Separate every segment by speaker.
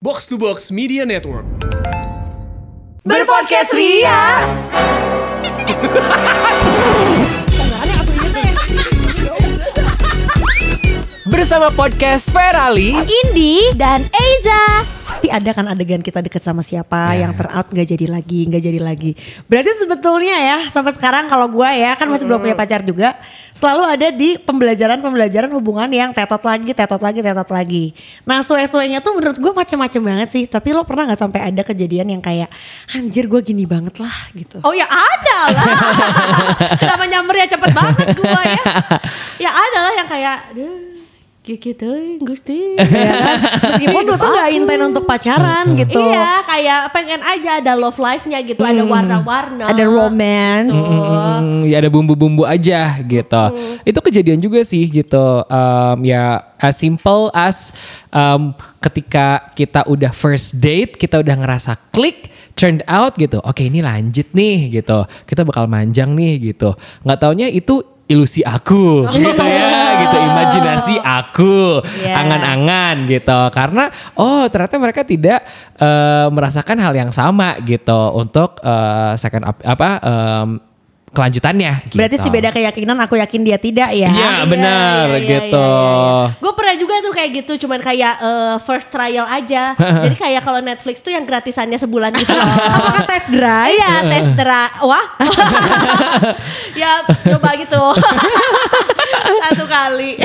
Speaker 1: Box to Box Media Network.
Speaker 2: Berpodcast Ria. Bersama podcast Ferali
Speaker 3: Indi dan Eiza.
Speaker 4: Tapi ada kan adegan kita deket sama siapa
Speaker 2: Ya.
Speaker 4: yang terout nggak jadi lagi, nggak jadi lagi. Berarti sebetulnya ya sampai sekarang kalau gua ya kan masih belum punya pacar juga, selalu ada di pembelajaran-pembelajaran hubungan yang tetot lagi, tetot lagi, tetot lagi. Nah, suwe-suwenya tuh menurut gua macem-macem banget sih. Tapi lo pernah nggak sampai ada kejadian yang kayak anjir gua gini banget lah gitu.
Speaker 3: Oh ya ada lah. Kenapa nyampernya cepet banget gua ya. Ya ada lah yang kayak "Duh, Kiki teuing Gusti.
Speaker 4: Ya kan? Meskipun lo tuh nggak intent untuk pacaran gitu.
Speaker 3: Iya, kayak pengen aja ada love life-nya gitu, ada warna-warna.
Speaker 4: Ada romance.
Speaker 2: Hmm, ya ada bumbu-bumbu aja gitu. Itu kejadian juga sih gitu. Um, ya as simple as um, ketika kita udah first date, kita udah ngerasa klik, turned out gitu. Oke ini lanjut nih gitu. Kita bakal manjang nih gitu. Nggak taunya itu ilusi aku gitu ya gitu imajinasi aku
Speaker 3: Yeah.
Speaker 2: angan-angan gitu karena oh ternyata mereka tidak eh, merasakan hal yang sama gitu untuk eh, second up- apa em, kelanjutannya gitu.
Speaker 4: Berarti si beda keyakinan aku yakin dia tidak ya.
Speaker 2: Iya benar gitu.
Speaker 3: Gue iya. pernah juga tuh kayak gitu, cuman kayak eh, first trial aja. Jadi kayak kalau Netflix tuh yang gratisannya sebulan gitu. loh.
Speaker 4: Apakah ya? tes drive?
Speaker 3: Iya,
Speaker 2: Eh.
Speaker 3: tes dra- Wah. ya, coba gitu. satu kali.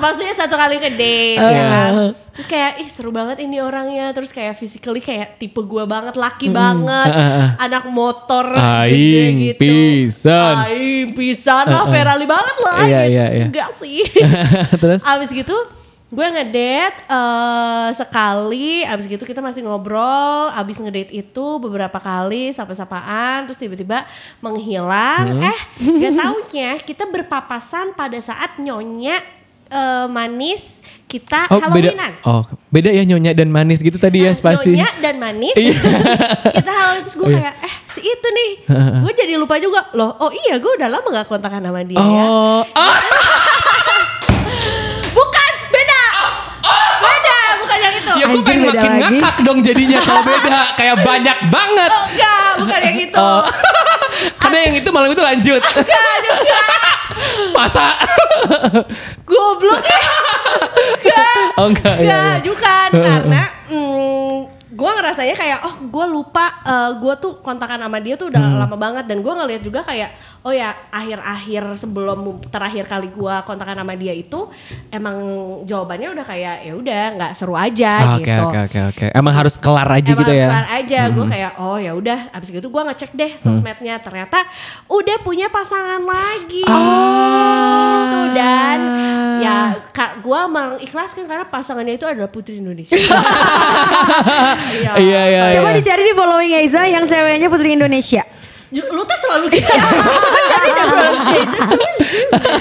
Speaker 3: Maksudnya satu kali ke date
Speaker 2: Iya.
Speaker 3: ya kan. Terus kayak ih seru banget ini orangnya. Terus kayak physically kayak tipe gue banget, laki banget,
Speaker 2: Ah, ah, ah.
Speaker 3: anak motor
Speaker 2: Aing
Speaker 3: gede gitu.
Speaker 2: pisan. Ah,
Speaker 3: Aing pisan lah, Ferali banget lah.
Speaker 2: Iya,
Speaker 3: gitu.
Speaker 2: iya, iya.
Speaker 3: Enggak sih.
Speaker 2: Terus
Speaker 3: Abis gitu gue ngedate eh, sekali, abis gitu kita masih ngobrol, abis ngedate itu beberapa kali sapa-sapaan, terus tiba-tiba
Speaker 2: Hmm.
Speaker 3: menghilang. Eh, gak taunya kita berpapasan pada saat nyonya eh, manis kita
Speaker 2: oh beda
Speaker 3: Halloweenan. Ah, Nah,
Speaker 2: oh beda ya nyonya dan manis gitu tadi ya spasi.
Speaker 3: Nyonya dan manis.
Speaker 2: Iya.
Speaker 3: kita Halloween terus gue kayak eh si itu nih, gue jadi lupa juga loh. Oh iya gue udah lama gak kontakan sama dia ya.
Speaker 2: Oh, ah,
Speaker 3: Bukan beda,
Speaker 2: Oh,
Speaker 3: beda bukan yang itu.
Speaker 2: ya gue
Speaker 4: Anjing,
Speaker 2: pengen
Speaker 4: beda
Speaker 2: makin
Speaker 4: lagi.
Speaker 2: ngakak dong jadinya kalau beda kayak banyak banget.
Speaker 3: Oh, enggak, bukan yang itu.
Speaker 2: Oh. Karena yang itu malam itu lanjut. Masa?
Speaker 3: Goblok ya. Enggak.
Speaker 2: Oh enggak, iya,
Speaker 3: Enggak
Speaker 2: iya.
Speaker 3: juga karena mm, gue ngerasanya kayak oh gue lupa gue tuh kontakan sama dia tuh udah
Speaker 2: Hmm.
Speaker 3: lama banget dan gue ngeliat juga kayak oh ya akhir-akhir sebelum terakhir kali gue kontakan sama dia itu emang jawabannya udah kayak ya udah nggak seru aja
Speaker 2: Ah, Oke
Speaker 3: gitu
Speaker 2: oke oke oke. Emang harus kelar aja
Speaker 3: Emang
Speaker 2: gitu
Speaker 3: harus
Speaker 2: ya.
Speaker 3: kelar aja gue kayak oh ya udah abis gitu gue ngecek deh sosmednya
Speaker 2: Hmm.
Speaker 3: ternyata udah punya pasangan lagi
Speaker 2: Ah.
Speaker 3: tuh dan ya gue mengikhlaskan karena pasangannya itu adalah putri Indonesia
Speaker 2: Iya iya.
Speaker 4: Coba
Speaker 2: iya.
Speaker 4: dicari di following Eiza yang ceweknya Putri Indonesia.
Speaker 3: Ju- lu tuh selalu gitu Jadi dia
Speaker 2: Iya,
Speaker 3: selalu gitu.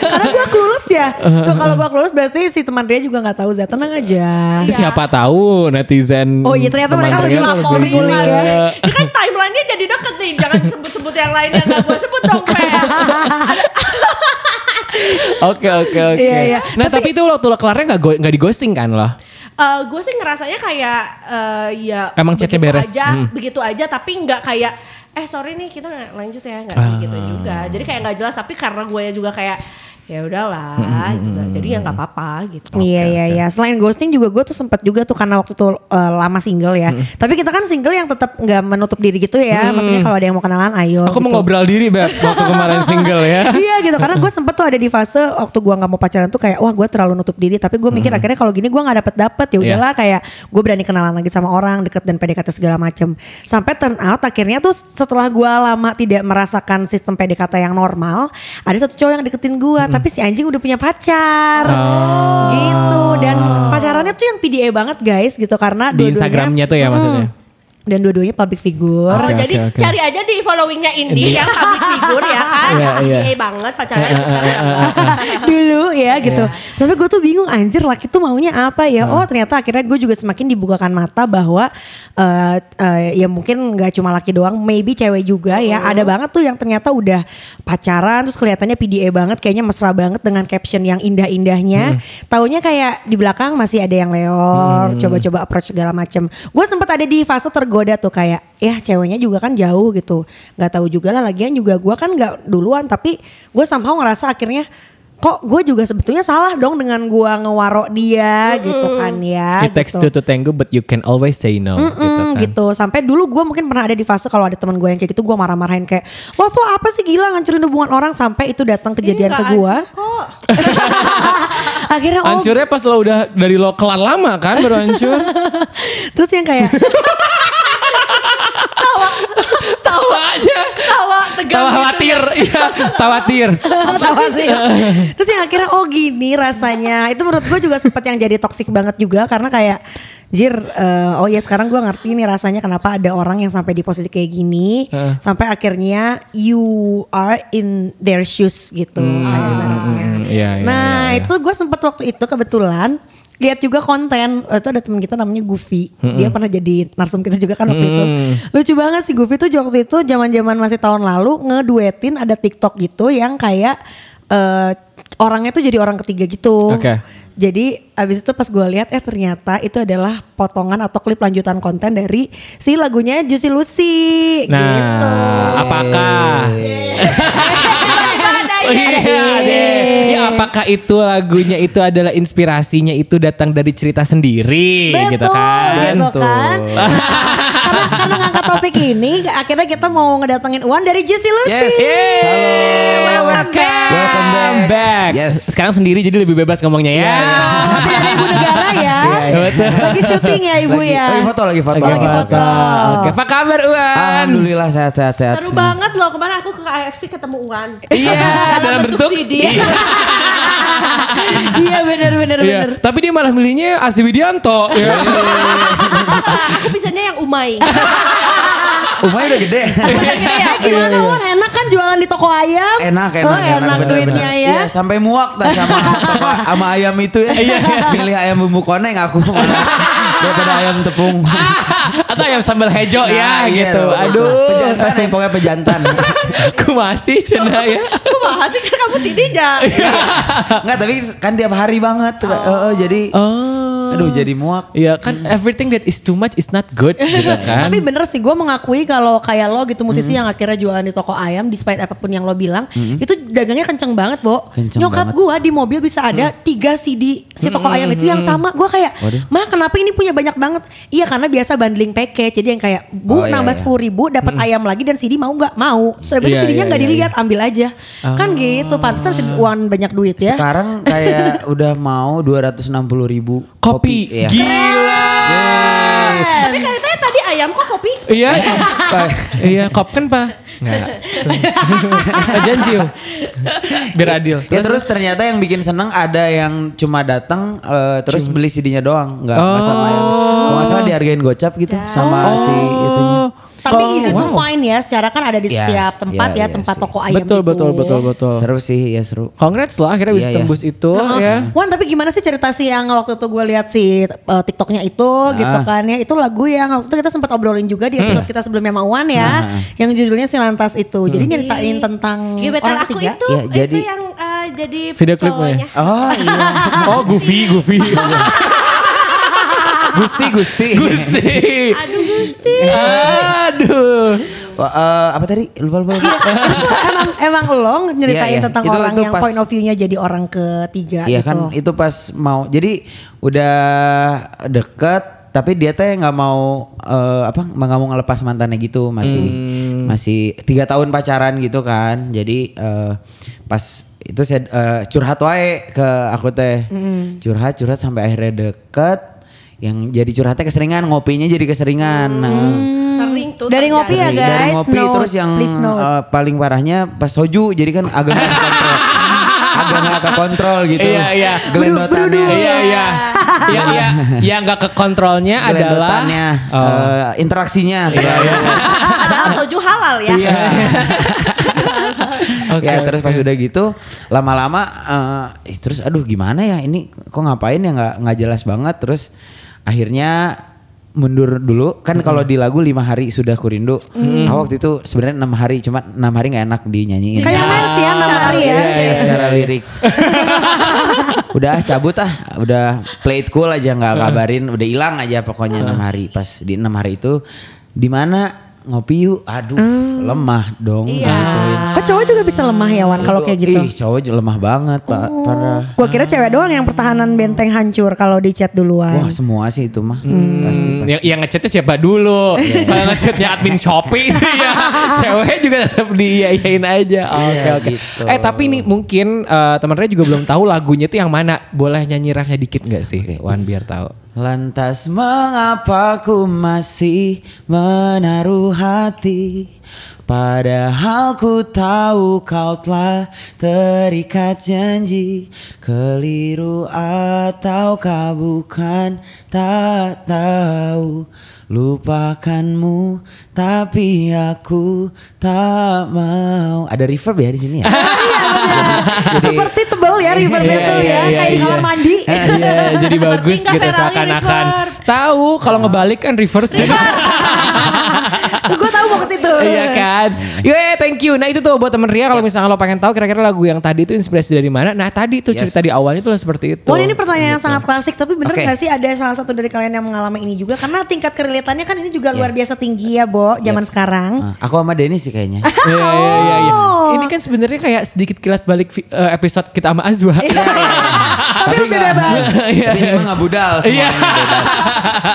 Speaker 4: Karena gua kelulus ya. Tuh kalau gua kelulus pasti si teman dia juga nggak tahu Za. Tenang aja.
Speaker 3: Iya.
Speaker 2: Siapa tahu netizen. kan
Speaker 4: Oh iya, ternyata
Speaker 2: teman
Speaker 4: mereka
Speaker 2: Ria
Speaker 4: berdua
Speaker 2: lebih
Speaker 3: Laporin
Speaker 4: Guling
Speaker 3: lagi.
Speaker 2: gila.
Speaker 3: Ini kan timelinenya jadi deket nih Jangan sebut-sebut yang lain yang gak gue sebut dong Fer
Speaker 2: Oke oke oke.
Speaker 4: Iya, iya.
Speaker 2: Nah tapi, itu waktu lo kelarnya nggak go- nggak digosting kan lo?
Speaker 3: Eh gue sih ngerasanya kayak eh, ya
Speaker 2: Emang chatnya
Speaker 3: begitu
Speaker 2: beres?
Speaker 3: aja,
Speaker 2: Hmm.
Speaker 3: begitu aja tapi nggak kayak eh sorry nih kita nggak lanjut ya nggak kayak
Speaker 2: Ah.
Speaker 3: gitu juga jadi kayak nggak jelas tapi karena gue juga kayak ya udahlah
Speaker 2: Hmm,
Speaker 3: juga. jadi ya nggak apa-apa gitu
Speaker 2: Oh,
Speaker 4: Iya iya iya. Selain ghosting juga gue tuh sempat juga tuh karena waktu itu uh, lama single ya.
Speaker 2: Hmm.
Speaker 4: Tapi kita kan single yang tetap nggak menutup diri gitu ya. Maksudnya kalau ada yang mau kenalan ayo.
Speaker 2: Aku mau
Speaker 4: gitu.
Speaker 2: ngobrol diri Beb waktu kemarin single ya.
Speaker 4: Iya gitu karena gue sempet tuh ada di fase waktu gue nggak mau pacaran tuh kayak wah gue terlalu nutup diri tapi gue
Speaker 2: Hmm.
Speaker 4: mikir akhirnya kalau gini gue nggak dapet dapet
Speaker 2: Iya.
Speaker 4: ya udahlah kayak gue berani kenalan lagi sama orang deket dan PDKT segala macem sampai turn out akhirnya tuh setelah gue lama tidak merasakan sistem PDKT yang normal ada satu cowok yang deketin gue
Speaker 2: Hmm.
Speaker 4: tapi si anjing udah punya pacar
Speaker 2: Oh.
Speaker 4: gitu dan pacarannya tuh yang PDA banget guys gitu karena
Speaker 2: Di
Speaker 4: dua-duanya-
Speaker 2: Instagramnya tuh ya
Speaker 4: Mm-mm.
Speaker 2: maksudnya.
Speaker 4: dan dua-duanya public figure.
Speaker 3: Oh,
Speaker 2: Oke,
Speaker 3: jadi
Speaker 2: oke, oke.
Speaker 3: cari aja di followingnya Indi yang public figure ya kan.
Speaker 2: Iya, iya. eh,
Speaker 3: Iya banget pacarnya sampai sekarang.
Speaker 4: dulu ya gitu. Sampai gue tuh bingung anjir laki tuh maunya apa ya. Oh ternyata akhirnya gue juga semakin dibukakan mata bahwa eh, eh, ya mungkin gak cuma laki doang. Maybe cewek juga ya. Ada banget tuh yang ternyata udah pacaran terus kelihatannya PDA banget. Kayaknya mesra banget dengan caption yang indah-indahnya. Taunya kayak di belakang masih ada yang leor. Coba-coba approach segala macem. Gue sempet ada di fase tergoda tuh kayak ya ceweknya juga kan jauh gitu. Gak tahu juga lah lagian juga gue kan gak duluan. Tapi gue somehow ngerasa akhirnya kok gue juga sebetulnya salah dong dengan gue ngewarok dia gitu kan ya
Speaker 2: It takes
Speaker 4: gitu.
Speaker 2: two to tango but you can always say no gitu
Speaker 4: Mm,
Speaker 2: kan.
Speaker 4: gitu sampai dulu gue mungkin pernah ada di fase kalau ada teman gue yang kayak gitu gue marah-marahin kayak lo tuh apa sih gila ngancurin hubungan orang sampai itu datang kejadian ke
Speaker 3: Enggak,
Speaker 4: gue
Speaker 3: anjir, kok.
Speaker 4: akhirnya oh
Speaker 2: Hancurnya pas lo udah dari lo kelar lama kan baru hancur.
Speaker 4: terus yang kayak
Speaker 2: Tawa aja.
Speaker 3: Tawa tegang.
Speaker 2: Tawa
Speaker 3: gitu.
Speaker 2: khawatir. Iya, tawatir.
Speaker 4: Apa sih? Terus yang akhirnya oh gini rasanya. Itu menurut gue juga sempat yang jadi toksik banget juga karena kayak jir eh, oh ya sekarang gue ngerti nih rasanya kenapa ada orang yang sampai di posisi kayak gini
Speaker 2: Heeh.
Speaker 4: sampai akhirnya you are in their shoes gitu kayak ibaratnya.
Speaker 2: hmm, iya, iya,
Speaker 4: nah
Speaker 2: iya, iya.
Speaker 4: itu gue sempat waktu itu kebetulan lihat juga konten eh, itu ada teman kita namanya Goofy dia pernah jadi narsum kita juga kan waktu itu lucu banget sih Goofy tuh waktu itu zaman zaman masih tahun lalu ngeduetin ada TikTok gitu yang kayak eh, orangnya tuh jadi orang ketiga gitu
Speaker 2: Oke.
Speaker 4: jadi abis itu pas gue lihat eh ternyata itu adalah potongan atau klip lanjutan konten dari si lagunya Juicy Lucy
Speaker 2: Nah,
Speaker 4: gitu Iya,
Speaker 2: apakah?
Speaker 3: Ada ya.
Speaker 2: Iya, deh. Ya, apakah itu lagunya itu adalah inspirasinya itu datang dari cerita sendiri
Speaker 4: Betul,
Speaker 2: gitu kan?
Speaker 4: gitu kan.
Speaker 2: Tuh.
Speaker 4: Nah, karena, karena ngangkat topik ini, akhirnya kita mau ngedatengin Uwan dari Juicy Lucy.
Speaker 1: Yes.
Speaker 2: Yeay,
Speaker 1: Halo.
Speaker 2: welcome back.
Speaker 1: Welcome back. Yes.
Speaker 2: Sekarang sendiri jadi lebih bebas ngomongnya ya.
Speaker 4: Oh, tidak ada ibu negara ya.
Speaker 2: Betul.
Speaker 4: Lagi syuting ya ibu
Speaker 1: Iya, lagi,
Speaker 4: ya.
Speaker 1: lagi foto, lagi foto.
Speaker 2: Oke,
Speaker 4: lagi
Speaker 2: Wan.
Speaker 4: foto.
Speaker 2: Oke, apa kabar Uan?
Speaker 1: Alhamdulillah sehat-sehat. sehat
Speaker 3: Seru
Speaker 1: semua.
Speaker 3: banget loh kemarin aku ke AFC ketemu Uwan.
Speaker 2: Iya, dalam bentuk
Speaker 3: CD.
Speaker 2: Iya.
Speaker 4: Iya benar benar
Speaker 2: Iya,
Speaker 4: benar.
Speaker 2: Tapi dia malah milihnya Asi Widianto. Iya.
Speaker 3: aku bisanya yang Umay.
Speaker 1: Umay udah gede.
Speaker 4: Eh, gimana Wan? Enak kan jualan di toko ayam?
Speaker 1: Iya, enak, enak,
Speaker 4: Oh, enak,
Speaker 1: bener-bener.
Speaker 4: duitnya ya.
Speaker 1: Iya, sampai muak dah sama toko- sama ayam itu ya.
Speaker 2: Iya.
Speaker 1: Pilih ayam bumbu koneng aku malah daripada ayam tepung.
Speaker 2: Atau ayam sambal hejo
Speaker 1: Nah,
Speaker 2: ya
Speaker 1: iya,
Speaker 2: Ah, gitu.
Speaker 1: loh.
Speaker 2: Aduh.
Speaker 1: Pejantan ya pokoknya pejantan.
Speaker 2: Aku masih cina ya.
Speaker 3: Aku bahas sih kan kamu tidaknya.
Speaker 1: Iya. Enggak, tapi kan tiap hari banget. Oh, oh, jadi
Speaker 2: Oh.
Speaker 1: aduh jadi muak.
Speaker 2: Iya kan everything that is too much is not good gitu kan.
Speaker 4: Tapi bener sih gue mengakui kalau kayak lo gitu musisi yang akhirnya jualan di toko ayam despite apapun yang lo bilang
Speaker 2: Mm-hmm.
Speaker 4: itu dagangnya kenceng banget Bo.
Speaker 1: Kenceng
Speaker 4: Nyokap
Speaker 1: banget.
Speaker 4: gue di mobil bisa ada
Speaker 2: Mm-hmm.
Speaker 4: tiga CD si toko ayam itu yang sama. Gue kayak
Speaker 1: Waduh.
Speaker 4: mah kenapa ini punya banyak banget? Iya karena biasa bundling package jadi yang kayak bu
Speaker 1: Oh, iya,
Speaker 4: nambah
Speaker 1: iya.
Speaker 4: sepuluh ribu dapat ayam lagi dan CD mau nggak mau. Sudah
Speaker 2: Mm-hmm. Iya,
Speaker 4: begitu CD-nya
Speaker 2: iya,
Speaker 4: nggak
Speaker 2: iya, Oh.
Speaker 4: dilihat ambil aja. Kan gitu pantesan si uang banyak duit ya.
Speaker 1: Sekarang kayak udah mau 260 ribu
Speaker 2: Kopi.
Speaker 1: Iya.
Speaker 2: Gila.
Speaker 3: Tapi katanya tadi ayam kok kopi.
Speaker 2: Iya. Iya, kop kan, Pak? Enggak. Janji. Om. Biar adil.
Speaker 1: Ya terus ternyata yang bikin seneng ada yang cuma datang eh, terus beli CD-nya doang, nggak nggak sama yang kalau nggak salah dihargain gocap gitu sama si itunya.
Speaker 4: Tapi
Speaker 2: Oh,
Speaker 4: easy to
Speaker 2: wow.
Speaker 4: find ya secara kan ada di
Speaker 1: Iya,
Speaker 4: setiap tempat ya
Speaker 1: iya, iya
Speaker 4: tempat
Speaker 1: sih.
Speaker 4: toko ayam
Speaker 2: Betul,
Speaker 4: itu.
Speaker 2: betul, betul, betul.
Speaker 1: Seru sih, ya seru.
Speaker 2: Congrats lah akhirnya bisa
Speaker 1: Iya, iya.
Speaker 2: tembus itu ya.
Speaker 4: Heeh. Nah, Wan tapi gimana sih cerita sih yang waktu itu gue lihat si eh, TikToknya itu
Speaker 1: Ah.
Speaker 4: gitu kan ya itu lagu yang waktu itu kita sempat obrolin juga di episode
Speaker 1: Hmm.
Speaker 4: kita sebelumnya sama Wan
Speaker 1: Ah.
Speaker 4: ya yang judulnya Silantas itu jadi nyeritain tentang
Speaker 3: Gebetan
Speaker 4: orang
Speaker 3: Iya. aku
Speaker 4: ketiga
Speaker 3: itu
Speaker 1: Iya,
Speaker 3: itu
Speaker 1: jadi-
Speaker 3: yang eh, jadi
Speaker 2: Video klipnya.
Speaker 3: cowoknya.
Speaker 1: Oh iya.
Speaker 2: Oh, Goofy, Goofy.
Speaker 1: Gusti, Gusti.
Speaker 2: Gusti.
Speaker 3: Aduh Gusti.
Speaker 2: Aduh.
Speaker 1: Wah, eh, apa tadi? Lupa lupa. lupa.
Speaker 4: emang emang lo nyeritain
Speaker 1: Iya, iya.
Speaker 4: tentang
Speaker 1: Itu-
Speaker 4: orang
Speaker 1: itu
Speaker 4: yang
Speaker 1: pas-
Speaker 4: point of view-nya jadi orang ketiga
Speaker 1: Iya
Speaker 4: gitu
Speaker 1: kan itu pas mau. Jadi udah deket tapi dia teh nggak mau eh, apa nggak mau ngelepas mantannya gitu masih masih tiga tahun pacaran gitu kan jadi eh, pas itu saya eh, curhat wae ke aku teh curhat curhat sampai akhirnya deket yang jadi curhatnya keseringan ngopinya jadi keseringan Nah,
Speaker 3: Sering tuh.
Speaker 4: Hmm. Dari
Speaker 3: terjadi.
Speaker 4: ngopi ya,
Speaker 1: Sering.
Speaker 4: guys.
Speaker 1: Dari ngopi
Speaker 4: Note,
Speaker 1: terus yang
Speaker 4: please note.
Speaker 1: eh, paling parahnya pas soju jadi kan agak nggak terkontrol. agak nggak terkontrol gitu.
Speaker 2: Iya, iya.
Speaker 1: Gelendotannya.
Speaker 2: Iya, iya. ya, ya, yang nggak ke kontrolnya adalah
Speaker 1: Gelendotannya,
Speaker 2: Oh. Iya,
Speaker 1: eh, interaksinya.
Speaker 3: Padahal soju halal ya.
Speaker 1: kan. Iya.
Speaker 2: Oh, Oke,
Speaker 1: ya terus pas
Speaker 2: oke.
Speaker 1: udah gitu lama-lama eh, ih, terus aduh gimana ya ini kok ngapain ya nggak nggak jelas banget terus akhirnya mundur dulu kan kalau di lagu lima hari sudah kurindu
Speaker 4: Mm.
Speaker 1: Ah, waktu itu sebenarnya enam hari cuma enam hari nggak enak dinyanyiin
Speaker 4: Kayak
Speaker 3: Iya.
Speaker 4: mens ya enam hari ya.
Speaker 1: Iya, iya, secara lirik udah ah, cabut ah udah play it cool aja nggak kabarin udah hilang aja pokoknya enam hari pas di enam hari itu di mana ngopi yuk aduh lemah dong
Speaker 3: Iya.
Speaker 1: digituin.
Speaker 4: Kok cowok juga bisa lemah ya Wan kalau kayak gitu?
Speaker 1: Ih, cowok juga lemah banget, Pak. Parah.
Speaker 4: Gua kira cewek doang yang pertahanan benteng hancur kalau di chat duluan.
Speaker 1: Wah, semua sih itu mah. Pasti,
Speaker 2: Hmm,
Speaker 1: pasti.
Speaker 2: yang, yang ngechatnya siapa dulu? Kalau ngechatnya admin Shopee sih ya. Cewek juga tetap diiyain aja. Oke
Speaker 1: Iya,
Speaker 2: oke.
Speaker 1: gitu.
Speaker 2: Eh tapi nih mungkin eh, teman-teman juga belum tahu lagunya tuh yang mana. Boleh nyanyi refnya dikit nggak sih? Wan biar tahu.
Speaker 1: Lantas mengapa ku masih menaruh hati Padahal ku tahu kau telah terikat janji Keliru ataukah bukan tak tahu Lupakanmu tapi aku tak mau Ada reverb ya di sini ya?
Speaker 4: Seperti tebel ya river
Speaker 2: Iya,
Speaker 4: battle
Speaker 2: iya,
Speaker 4: ya,
Speaker 2: iya,
Speaker 4: kayak di
Speaker 2: iya.
Speaker 4: kamar mandi.
Speaker 2: Eh, Iya jadi bagus
Speaker 3: Nggak
Speaker 2: gitu
Speaker 3: viralnya
Speaker 2: seakan-akan.
Speaker 3: reverse.
Speaker 2: Tahu kalau ngebalik kan reverse. jadi-
Speaker 4: Gue tahu mau ke situ.
Speaker 2: Iya kan. Iya, thank you. Nah, itu tuh buat temen Ria kalau misalnya lo pengen tahu kira-kira lagu yang tadi itu inspirasi dari mana. Nah, tadi tuh
Speaker 1: Yes.
Speaker 2: cerita di awalnya tuh seperti itu.
Speaker 4: Wah ini
Speaker 2: Gitu.
Speaker 4: pertanyaan yang sangat klasik tapi bener
Speaker 1: Oke.
Speaker 4: nggak sih ada salah satu dari kalian yang mengalami ini juga karena tingkat kerelatannya kan ini
Speaker 2: Iya.
Speaker 4: juga luar biasa tinggi ya Bo zaman sekarang.
Speaker 1: Ah, Aku sama Denny sih kayaknya
Speaker 2: Iya, iya, iya, iya.
Speaker 4: Oh.
Speaker 2: Ini kan sebenarnya kayak sedikit kilas balik vi- eh, episode kita sama Azwa.
Speaker 4: Iya, tapi lebih
Speaker 1: nggak-
Speaker 4: bebas.
Speaker 2: Iya,
Speaker 1: Tapi ini
Speaker 2: iya.
Speaker 1: mah nggak budal
Speaker 2: Iya.
Speaker 1: semuanya bebas.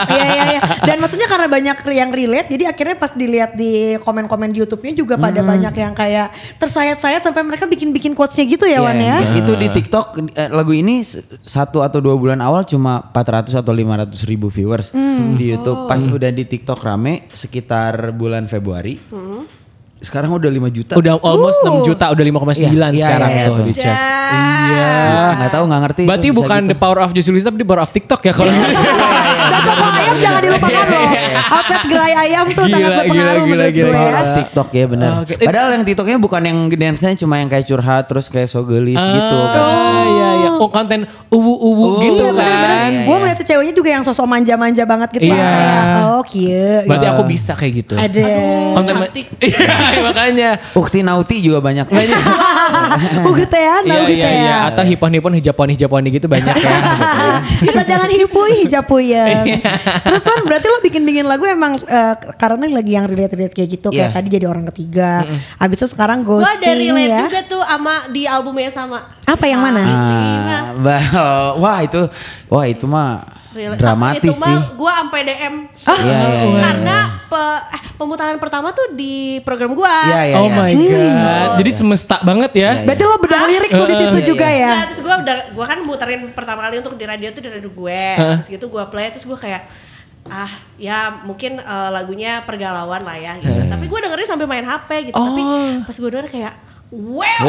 Speaker 4: Iya iya iya. Dan maksudnya karena banyak yang relate jadi akhirnya pas dilihat di komen-komen di YouTube-nya juga pada
Speaker 2: Hmm.
Speaker 4: banyak yang kayak tersayat-sayat sampai mereka bikin-bikin quotes-nya gitu ya Wan ya.
Speaker 1: Iya, Itu di TikTok eh, lagu ini s- satu atau dua bulan awal cuma 400 atau 500 ribu viewers
Speaker 3: Hmm.
Speaker 1: di
Speaker 3: Oh.
Speaker 1: YouTube. Pas udah di TikTok rame sekitar bulan Februari. Sekarang udah 5 juta.
Speaker 2: Udah almost
Speaker 4: Uh.
Speaker 2: 6 juta, udah 5,9
Speaker 1: Iya, iya,
Speaker 2: sekarang
Speaker 1: iya,
Speaker 2: tuh
Speaker 1: tuh.
Speaker 2: dicek.
Speaker 3: Dah.
Speaker 2: Iya.
Speaker 1: nggak tahu nggak ngerti. itu
Speaker 2: Berarti
Speaker 1: bisa
Speaker 2: bukan
Speaker 1: gitu. Iya,
Speaker 2: the power of Juicy Luisa, tapi the power of TikTok ya kalau
Speaker 4: Dan toko ayam jangan dilupakan loh. Outfit gerai ayam tuh sangat
Speaker 2: Gila,
Speaker 4: berpengaruh
Speaker 2: gila,
Speaker 4: menurut
Speaker 2: gila,
Speaker 4: gue
Speaker 2: gila.
Speaker 4: ya.
Speaker 1: Parah TikTok ya benar.
Speaker 2: Oh, Oke. Eh,
Speaker 1: Padahal yang TikToknya bukan yang dance-nya cuma yang kayak curhat terus kayak so gelis gitu kan.
Speaker 2: Ah, iya, iya. Oh, konten
Speaker 1: Oh,
Speaker 2: uwu-uwu gitu
Speaker 4: Iya bener-bener.
Speaker 2: kan.
Speaker 4: Gue melihat ceweknya juga yang sosok manja-manja banget gitu.
Speaker 2: Iya.
Speaker 4: Kayak, oh cute.
Speaker 1: Iya.
Speaker 2: Berarti aku bisa kayak gitu.
Speaker 4: Ada.
Speaker 2: Konten
Speaker 3: Cantik.
Speaker 2: Iya, makanya.
Speaker 3: Oh.
Speaker 1: Ukti Nauti juga banyak.
Speaker 2: Banyak.
Speaker 4: Ugetean,
Speaker 2: Iya,
Speaker 4: tau
Speaker 2: iya,
Speaker 4: gitu
Speaker 2: iya.
Speaker 4: ya.
Speaker 2: Atau hipon-hipon, hijapon-hijapon gitu banyak ya.
Speaker 4: Kita jangan hipui
Speaker 2: Iya.
Speaker 4: hijapuyen. Terus Wan berarti lo bikin-bikin lagu emang eh, karena lagi yang relate-relate kayak gitu kayak
Speaker 1: Iya.
Speaker 4: tadi jadi orang ketiga. Abis itu sekarang
Speaker 3: Gue ada
Speaker 4: ghosting
Speaker 3: relate
Speaker 4: ya.
Speaker 3: juga tuh sama di albumnya sama. Iya,
Speaker 4: Apa yang mana?
Speaker 1: Ah, bah- wah itu wah itu mah
Speaker 3: Relate.
Speaker 1: dramatis
Speaker 3: Tapi itu
Speaker 1: sih.
Speaker 3: mah gue sampai DM.
Speaker 4: Ah.
Speaker 1: Iya, iya, iya.
Speaker 3: Karena pe- eh, pemutaran pertama tuh di program gue.
Speaker 1: Iya, iya,
Speaker 2: Oh
Speaker 1: iya.
Speaker 2: my
Speaker 4: Hmm.
Speaker 2: god. Jadi semesta banget ya.
Speaker 4: Berarti lo bedah lirik tuh di situ
Speaker 2: Iya,
Speaker 4: juga ya.
Speaker 3: Nah, terus gue udah gue kan muterin pertama kali untuk di radio tuh di radio gue. Terus gitu gue play terus gue kayak ah ya mungkin eh, lagunya pergalauan lah ya gitu. Tapi gue dengerin sambil main HP gitu. Tapi pas gue denger kayak wow.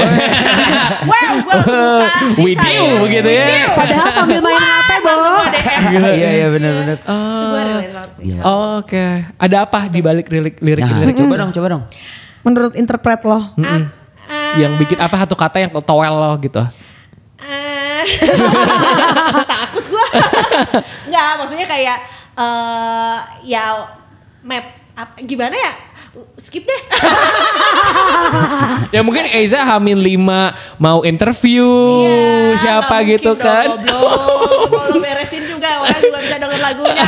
Speaker 3: wow, gue langsung buka.
Speaker 2: With
Speaker 3: Instagram.
Speaker 2: you begitu ya.
Speaker 3: With you.
Speaker 4: Padahal sambil main HP, Bo.
Speaker 3: Langsung gua DM.
Speaker 1: Iya iya benar benar.
Speaker 3: Itu gue relate banget sih.
Speaker 2: Iya. Oke. Ada apa di balik lirik lirik,
Speaker 1: Ya. Nah,
Speaker 2: lirik
Speaker 1: Oh, coba dong, coba dong.
Speaker 4: Menurut interpret lo.
Speaker 3: Ah, ah,
Speaker 2: yang bikin apa satu kata yang toel lo gitu?
Speaker 3: Eh, takut gua nggak maksudnya kayak eh ya map ap- gimana ya skip deh
Speaker 2: Ya mungkin Eiza hamil 5 mau interview siapa
Speaker 3: Ya, Iya, Nggak
Speaker 2: gitu
Speaker 3: mungkin
Speaker 2: kan?
Speaker 3: dong, goblok. Mau lo beresin juga orang juga bisa denger lagunya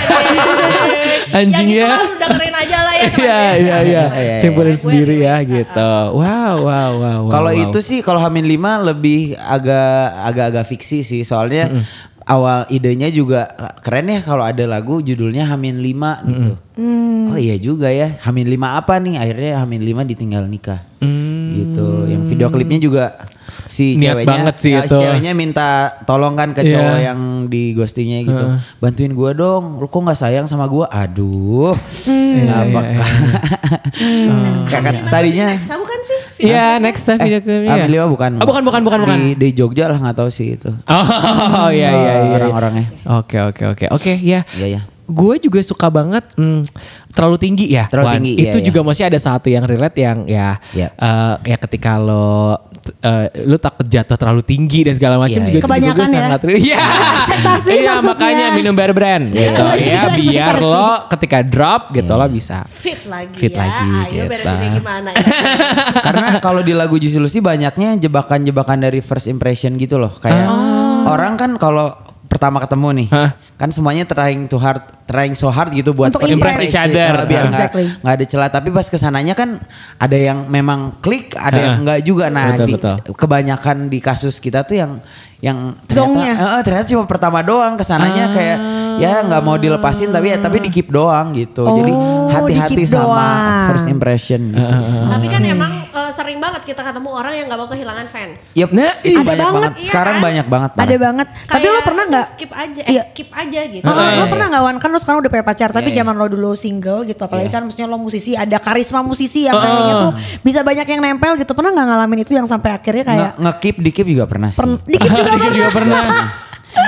Speaker 2: Anjing
Speaker 3: ya gitu
Speaker 2: ya.
Speaker 3: lah, lu dengerin aja lah ya teman
Speaker 2: Iya iya iya.
Speaker 1: Iya, iya.
Speaker 2: Simpulin
Speaker 3: Gue
Speaker 2: sendiri ya
Speaker 3: relate,
Speaker 2: gitu. Wow wow wow. wow,
Speaker 1: Kalau
Speaker 2: wow.
Speaker 1: itu sih kalau Hamin 5 lebih agak agak agak fiksi sih soalnya awal idenya juga keren ya kalau ada lagu judulnya Hamin 5 gitu. Oh iya juga ya. Hamin 5 apa nih? Akhirnya Hamin 5 ditinggal nikah. Gitu. Yang video klipnya juga si
Speaker 2: Mm. Niat
Speaker 1: ceweknya
Speaker 2: banget sih
Speaker 1: ya, si
Speaker 2: itu.
Speaker 1: ceweknya minta tolong kan ke cowok
Speaker 2: Iya.
Speaker 1: yang di ghostingnya gitu. Bantuin gua dong. Lu kok nggak sayang sama gua? Aduh. Kenapa?
Speaker 2: Iya, iya,
Speaker 1: Kakak
Speaker 2: Mm.
Speaker 3: Terima kasih,
Speaker 1: tadinya
Speaker 3: Nexa, bukan Eh, kan sih?
Speaker 2: Iya, next time video
Speaker 1: ah,
Speaker 2: clipnya.
Speaker 1: Beliau bukan.
Speaker 2: Oh, bukan, bukan, bukan, bukan.
Speaker 1: Di, di Jogja lah nggak tahu sih itu.
Speaker 2: Oh, iya, iya, iya.
Speaker 1: Orang-orangnya.
Speaker 2: Oke, oke, oke. Oke, ya.
Speaker 1: Iya ya.
Speaker 2: Gue juga suka banget hmm, terlalu tinggi ya.
Speaker 1: Terlalu tinggi,
Speaker 2: Itu
Speaker 1: iya,
Speaker 2: juga masih ada satu yang relate yang ya
Speaker 1: Iya.
Speaker 2: eh, ya ketika lo eh, lo takut jatuh terlalu tinggi dan segala macam juga
Speaker 1: Iya, iya.
Speaker 2: itu juga gue
Speaker 4: Kebanyakan ya.
Speaker 2: sangat relate. Iya.
Speaker 4: Ekspektasi
Speaker 2: Iya,
Speaker 4: maksudnya.
Speaker 2: makanya minum bare brand
Speaker 1: Iya.
Speaker 2: gitu
Speaker 3: Iya,
Speaker 2: ya
Speaker 4: Kebanyakan
Speaker 2: biar
Speaker 4: ekspektasi.
Speaker 2: lo ketika drop gitu lo bisa.
Speaker 3: Fit lagi
Speaker 2: Fit
Speaker 3: ya.
Speaker 2: lagi,
Speaker 3: Ayo
Speaker 2: gitu.
Speaker 3: beresinnya gimana ya.
Speaker 1: Karena kalau di lagu Jisilusi banyaknya jebakan-jebakan dari first impression gitu loh. Kayak
Speaker 4: Oh.
Speaker 1: orang kan kalau pertama ketemu nih,
Speaker 2: Hah?
Speaker 1: kan semuanya trying to hard, trying so hard gitu buat
Speaker 4: Untuk
Speaker 1: first
Speaker 2: impress each
Speaker 1: impression,
Speaker 2: other.
Speaker 1: uh, biar nggak
Speaker 4: Exactly.
Speaker 1: nggak ada celah. Tapi pas kesananya kan ada yang memang klik, ada yang
Speaker 2: Hah.
Speaker 1: enggak juga. Nah,
Speaker 2: Betul,
Speaker 1: di-
Speaker 2: betul.
Speaker 1: kebanyakan di kasus kita tuh yang yang
Speaker 4: Zongnya. Ah.
Speaker 1: ternyata, eh, ternyata cuma pertama doang kesananya kayak ya nggak mau dilepasin tapi ya tapi di keep doang gitu. Jadi
Speaker 4: Oh,
Speaker 1: hati-hati
Speaker 4: di-keep
Speaker 1: sama
Speaker 4: doang.
Speaker 1: first impression. gitu.
Speaker 3: Tapi kan
Speaker 2: Oh.
Speaker 3: emang eh, sering banget kita ketemu orang yang gak mau kehilangan fans.
Speaker 1: Yep.
Speaker 2: Nah, ih.
Speaker 4: Ada
Speaker 1: banyak
Speaker 4: banget.
Speaker 1: banget. Sekarang
Speaker 3: Iya kan?
Speaker 1: banyak banget.
Speaker 4: Ada
Speaker 1: parah.
Speaker 4: banget. Tapi
Speaker 3: Kayak
Speaker 4: lo pernah nggak?
Speaker 3: Skip aja,
Speaker 4: Iya.
Speaker 3: eh, keep aja gitu.
Speaker 4: Heeh,
Speaker 2: Iya,
Speaker 4: lo
Speaker 2: iya,
Speaker 4: pernah nggak Wan? Kan lo sekarang udah punya pacar, tapi
Speaker 1: Iya, iya.
Speaker 4: zaman lo dulu single gitu, apalagi kan maksudnya lo musisi, ada karisma musisi yang
Speaker 2: Heeh.
Speaker 4: kayaknya tuh bisa banyak yang nempel gitu. Pernah nggak ngalamin itu yang sampai akhirnya kayak
Speaker 1: Nge- Nge-keep dikip juga pernah sih.
Speaker 4: per, dikit juga
Speaker 2: Dika kan juga pernah.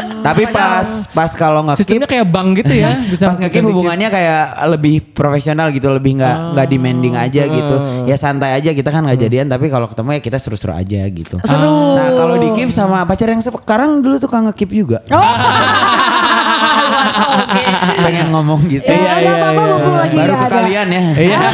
Speaker 1: Tapi pas pas kalau nge-keep
Speaker 2: Sistemnya kayak bank gitu ya, bisa
Speaker 1: pas nge-keep hubungannya kayak lebih profesional gitu, lebih nggak nggak demanding aja gitu. Ya santai aja kita kan nggak jadian tapi kalau ketemu ya kita seru-seru aja gitu.
Speaker 4: Seru.
Speaker 1: Nah, kalau dikip sama pacar yang sekarang dulu tukang nge-keep juga.
Speaker 4: Oh.
Speaker 1: Pengen ngomong gitu.
Speaker 4: Ya,
Speaker 2: Iya,
Speaker 4: nggak
Speaker 2: iya,
Speaker 4: apa-apa
Speaker 2: iya,
Speaker 4: mumpung
Speaker 2: iya.
Speaker 4: lagi
Speaker 1: Baru
Speaker 4: nggak
Speaker 1: ke
Speaker 4: ada.
Speaker 1: kalian ya.
Speaker 2: gitu.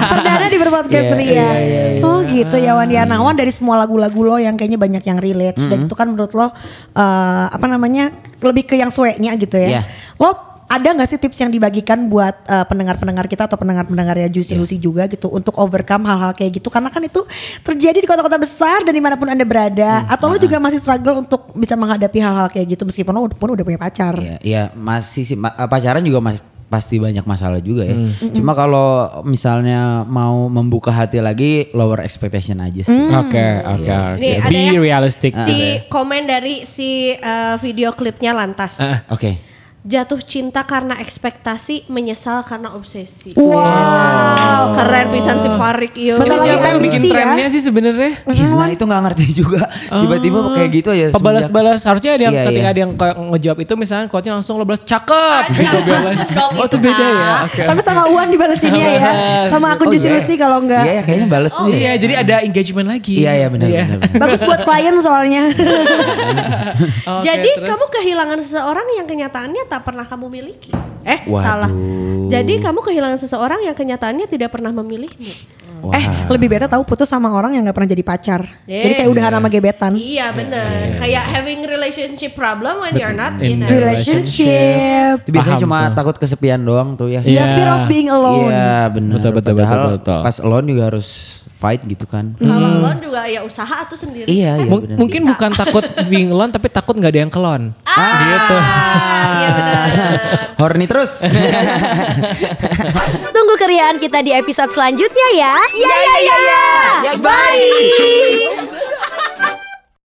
Speaker 4: Perdana di berpodcast
Speaker 1: Iya,
Speaker 4: Ria.
Speaker 1: iya, iya, iya.
Speaker 4: Oh gitu ya Wan Diana. Wan dari semua lagu-lagu lo yang kayaknya banyak yang relate. Sudah
Speaker 1: Mm-hmm.
Speaker 4: itu kan menurut lo eh, apa namanya lebih ke yang sueknya gitu ya.
Speaker 1: Iya.
Speaker 4: Lo ada nggak sih tips yang dibagikan buat eh, pendengar-pendengar kita atau pendengar-pendengar ya Juicy
Speaker 1: Iya.
Speaker 4: Lucy juga gitu untuk overcome hal-hal kayak gitu karena kan itu terjadi di kota-kota besar dan dimanapun anda berada
Speaker 1: Mm,
Speaker 4: atau lo
Speaker 1: mm-hmm.
Speaker 4: juga masih struggle untuk bisa menghadapi hal-hal kayak gitu meskipun lo pun udah punya pacar.
Speaker 1: Iya, iya masih sih ma- pacaran juga mas- pasti banyak masalah juga ya. Cuma kalau misalnya mau membuka hati lagi lower expectation aja
Speaker 2: Oke,
Speaker 1: sih.
Speaker 2: oke,
Speaker 1: Iya.
Speaker 2: oke.
Speaker 3: Hmm. Nih, ada
Speaker 2: Be
Speaker 3: yang-
Speaker 2: realistic.
Speaker 1: Ah.
Speaker 3: Si komen dari si eh, video klipnya lantas.
Speaker 1: Oke.
Speaker 3: Jatuh cinta karena ekspektasi, menyesal karena obsesi.
Speaker 4: Wow.
Speaker 3: Keren pisan si Farik
Speaker 2: Itu
Speaker 3: iya. iyo.
Speaker 4: Bentar lagi
Speaker 2: siapa yang
Speaker 4: ambisi
Speaker 2: bikin
Speaker 4: ya.
Speaker 2: trennya sih sebenarnya?
Speaker 1: Nah itu nggak ngerti juga. Tiba-tiba kayak gitu aja. semenjak-
Speaker 2: Pebalas-balas Oh. harusnya ada yang
Speaker 1: Iya,
Speaker 2: ketika
Speaker 1: iya.
Speaker 2: ada yang kayak ngejawab itu misalnya quote-nya langsung lo balas cakep. Gitu,
Speaker 3: Jangan
Speaker 2: balas.
Speaker 3: dong
Speaker 2: Oh
Speaker 3: itu,
Speaker 2: itu beda
Speaker 3: Kak.
Speaker 2: ya. Oke.
Speaker 4: Tapi sama Uan dibalesinnya ya. Sama akun
Speaker 1: Oh,
Speaker 4: Juicy
Speaker 1: iya.
Speaker 4: Lucy kalau enggak.
Speaker 1: Iya ya kayaknya balas nih.
Speaker 2: Iya, jadi ada engagement lagi.
Speaker 1: Iya iya benar benar. benar.
Speaker 4: Bagus buat klien soalnya.
Speaker 2: Oke,
Speaker 3: Jadi
Speaker 2: terus.
Speaker 3: kamu kehilangan seseorang yang kenyataannya tak pernah kamu miliki. Eh,
Speaker 1: Waduh.
Speaker 3: salah. Jadi kamu kehilangan seseorang yang kenyataannya tidak pernah memilihmu.
Speaker 1: Wah.
Speaker 4: Eh lebih beta tahu putus sama orang yang nggak pernah jadi pacar.
Speaker 3: Yeah.
Speaker 4: Jadi kayak udahan sama gebetan.
Speaker 3: Iya benar. Kayak having relationship problem when you're not
Speaker 2: in
Speaker 3: in a
Speaker 2: the-
Speaker 4: Relationship.
Speaker 1: Itu biasanya
Speaker 2: Paham
Speaker 1: cuma
Speaker 2: tuh.
Speaker 1: takut kesepian doang tuh ya.
Speaker 4: Ya
Speaker 2: Iya.
Speaker 4: fear of being alone.
Speaker 1: Iya benar.
Speaker 2: Betul, betul, betul,
Speaker 1: Padahal
Speaker 2: betul.
Speaker 1: Pas alone juga harus fight gitu kan.
Speaker 3: Kalau lo
Speaker 2: Hmm.
Speaker 3: juga ya usaha atau sendiri.
Speaker 1: Iya iya
Speaker 2: Mu-
Speaker 1: benar.
Speaker 2: mungkin bukan takut being alone tapi takut nggak ada yang kelon.
Speaker 3: Ah,
Speaker 2: Gitu.
Speaker 3: Iya benar.
Speaker 1: Horny terus.
Speaker 5: Tunggu keriaan kita di episode selanjutnya ya. Ya ya ya. ya. Bye.